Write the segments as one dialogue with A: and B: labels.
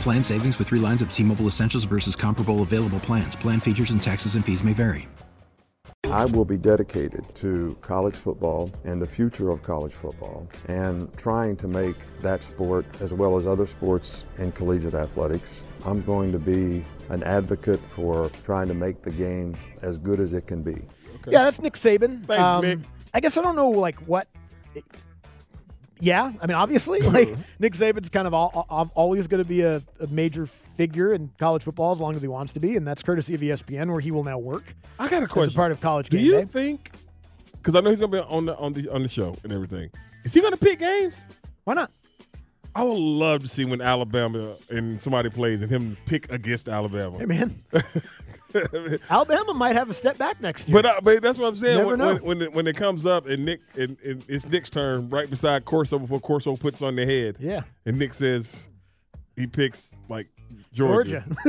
A: Plan savings with three lines of T Mobile Essentials versus comparable available plans. Plan features and taxes and fees may vary.
B: I will be dedicated to college football and the future of college football and trying to make that sport, as well as other sports and collegiate athletics, I'm going to be an advocate for trying to make the game as good as it can be.
C: Yeah, that's Nick Saban. Um,
D: Thanks, Nick.
C: I guess I don't know like what. yeah, I mean, obviously, like Nick Saban's kind of all, all, always going to be a, a major figure in college football as long as he wants to be, and that's courtesy of E ESPN, where he will now work.
D: I got a
C: As a
D: question.
C: part of college
D: Do
C: game
D: you
C: day.
D: think? Because I know he's gonna be on the on the on the show and everything. Is he gonna pick games?
C: Why not?
D: I would love to see when Alabama and somebody plays and him pick against Alabama.
C: Hey, man, Alabama might have a step back next year.
D: But, uh, but that's what I'm saying.
C: Never
D: When,
C: know.
D: when, when, it, when it comes up and Nick and, and it's Nick's turn right beside Corso before Corso puts on the head.
C: Yeah.
D: And Nick says he picks like Georgia.
C: Georgia.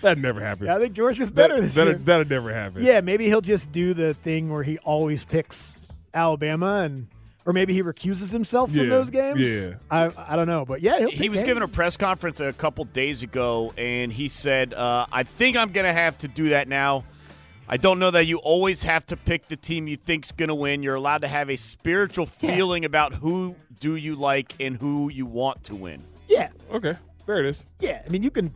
D: that never happened.
C: yeah, I think Georgia's better
D: that,
C: this
D: that'll,
C: year.
D: that'll never happen.
C: Yeah, maybe he'll just do the thing where he always picks Alabama and or maybe he recuses himself
D: Yeah,
C: from those games.
D: yeah.
C: I I don't know, but yeah, he'll
E: He
C: pick
E: was
C: games.
E: given a press conference a couple days ago, and he said, uh, "I think I'm going to have to do that now. I don't know that you always have to pick the team you think's going to win. You're allowed to have a spiritual feeling about who do you like and who you want to win.
C: Yeah,
D: Okay. There it is.
C: yeah. I mean, you can.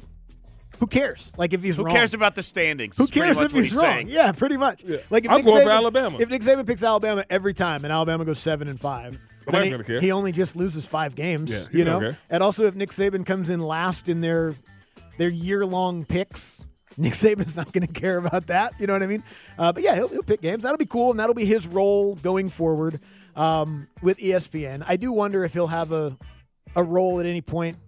C: Who cares? Like if he's
E: Who
C: wrong.
E: cares about the standings?
C: Who
E: is pretty
C: cares
E: much
C: if
E: what
C: he's, wrong?
E: saying.
C: Yeah, pretty much.
D: Yeah.
C: Like if
D: I'm
C: Nick
D: going for
C: Saban-
D: Alabama.
C: If Nick Saban picks Alabama every time and Alabama goes seven and five, then
D: Nobody's
C: he,
D: gonna care.
C: he only just loses five games.
D: Yeah,
C: you
D: yeah,
C: know.
D: okay.
C: And also, if Nick Saban comes in last in their their year long picks, Nick Saban's not going to care about that. You know what I mean? Uh, but yeah, he'll, he'll pick games. That'll be cool, and that'll be his role going forward um, with ESPN. I do wonder if he'll have a a role at any point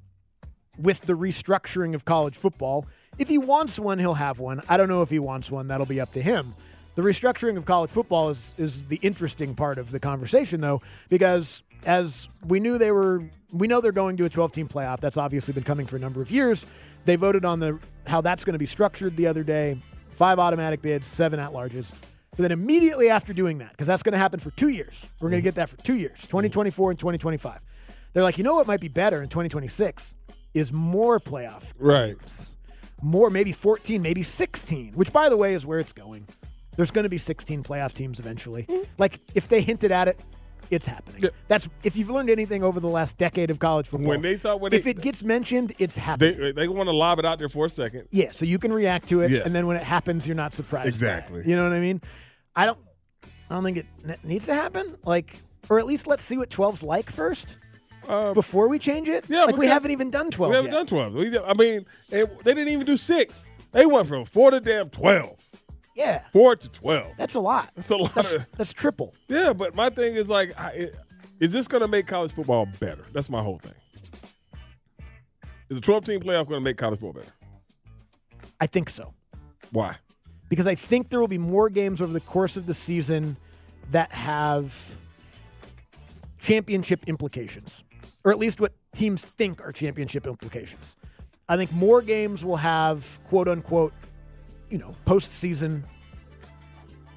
C: with the restructuring of college football. If he wants one, he'll have one. I don't know if he wants one. That'll be up to him. The restructuring of college football is is the interesting part of the conversation though because as we knew they were we know they're going to a 12 team playoff. That's obviously been coming for a number of years. They voted on the how that's going to be structured the other day. Five automatic bids, seven at larges. But then immediately after doing that, because that's going to happen for two years, we're going to get that for two years, 2024 and 2025. They're like, you know what might be better in 2026 is more playoff
D: Right.
C: more, maybe 14, maybe 16, which by the way is where it's going. There's going to be 16 playoff teams eventually. Like if they hinted at it, it's happening.
D: Mm-hmm. Yeah.
C: That's if you've learned anything over the last decade of college football.
D: When they thought- when
C: if
D: they-
C: it gets mentioned, it's happening.
D: They they want to lob it out there for a second.
C: yeah, so you can react to it,
D: Yes.
C: and then when it happens, you're not surprised. by it.
D: Exactly.
C: You know what I mean? I don't. I don't think it ne- needs to happen. Like, or at least let's see what 12's like first
D: Uh,
C: before we change it.
D: yeah,
C: like we
D: because-
C: haven't even done 12.
D: we haven't
C: yet.
D: done twelve. We, I mean, and they didn't even do six. They went from four to damn twelve.
C: Yeah,
D: Four to twelve.
C: that's a lot.
D: That's a lot
C: That's,
D: of-
C: that's triple.
D: Yeah, but my thing is like, I, it- is this going to make college football better? That's my whole thing. Is the 12 team playoff going to make college football better?
C: I think so.
D: Why?
C: because I think there will be more games over the course of the season that have championship implications, or at least what teams think are championship implications. I think more games will have quote unquote, you know, postseason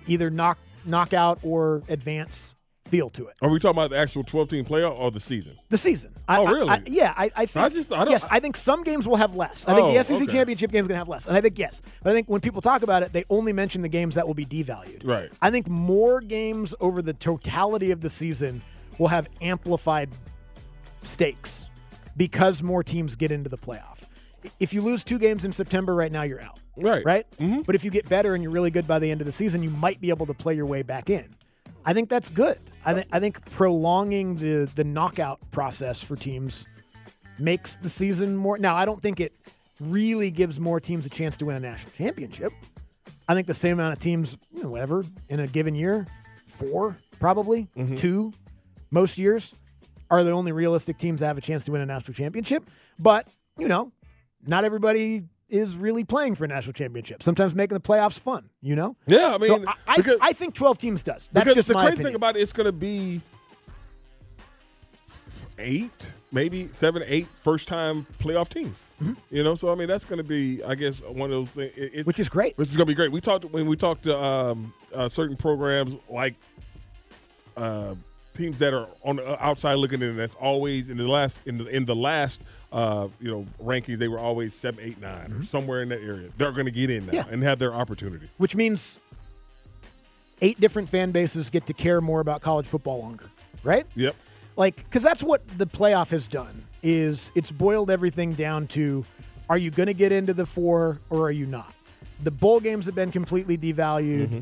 C: either knock knockout or advance feel to it.
D: Are we talking about the actual 12 team playoff or the season?
C: The season. I,
D: Oh,
C: I-
D: really?
C: I- yeah, I, I think.
D: I just- I don't-
C: yes, I think some games will have less. I think
D: Oh,
C: the SEC
D: okay.
C: championship game is going to have less, and I think yes. But I think when people talk about it, they only mention the games that will be devalued.
D: Right.
C: I think more games over the totality of the season will have amplified stakes. because more teams get into the playoff. If you lose two games in September right now, you're out.
D: Right. Mm-hmm.
C: Right? But if you get better and you're really good by the end of the season, you might be able to play your way back in. I think that's good. I, th- I think prolonging the, the knockout process for teams makes the season more. Now, I don't think it really gives more teams a chance to win a national championship. I think the same amount of teams, you know, whatever, in a given year, four probably, two, most years, are the only realistic teams that have a chance to win a national championship. But, you know, not everybody is really playing for a national championship. Sometimes making the playoffs fun, you know?
D: Yeah, I mean,
C: so I, I,
D: because-
C: I think 12 teams does. That's
D: because
C: just
D: the
C: my
D: crazy
C: opinion.
D: thing about it, it's going to be eight, maybe seven, eight first time playoff teams. You know, so I mean, that's going to be, I guess, one of those things. It, it,
C: Mm-hmm. which is great.
D: This is going to be great. We talked when we talked to um, uh, certain programs like uh, teams that are on the uh, outside looking in. That's always in the last in the in the last uh, you know rankings. They were always seven, eight, nine, or somewhere in that area. They're going to get in now
C: Mm-hmm. Yeah.
D: and have their opportunity.
C: which means eight different fan bases get to care more about college football longer, right?
D: Yep.
C: Like, because that's what the playoff has done is it's boiled everything down to: Are you going to get into the four or are you not? The bowl games have been completely devalued.
D: Mm-hmm.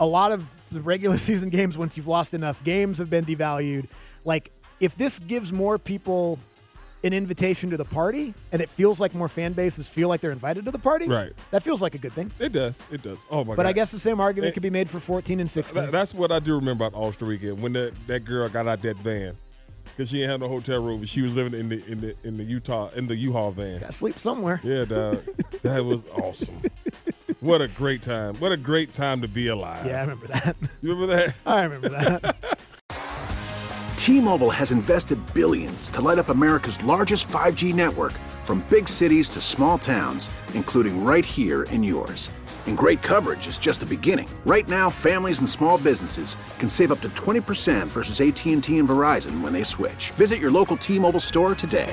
C: A lot of the regular season games, once you've lost enough games, have been devalued. Like, if this gives more people an invitation to the party, and it feels like more fan bases feel like they're invited to the party,
D: Right.
C: That feels like a good thing.
D: It does. It does. Oh my god.
C: But I guess the same argument
D: It-
C: could be made for 14 and 16.
D: That, that's what I do remember about All Star Weekend when that, that girl got out that van because she didn't have no hotel room. but She was living in the in the in the Utah in the U-Haul van.
C: Gotta sleep somewhere.
D: Yeah, dog. that was awesome. What a great time! What a great time to be alive.
C: Yeah, I remember that.
D: you remember that?
C: I remember that.
F: T-Mobile has invested billions to light up America's largest 5G network from big cities to small towns, including right here in yours. And great coverage is just the beginning. Right now, families and small businesses can save up to 20% versus AT&T and Verizon when they switch. Visit your local T-Mobile store today.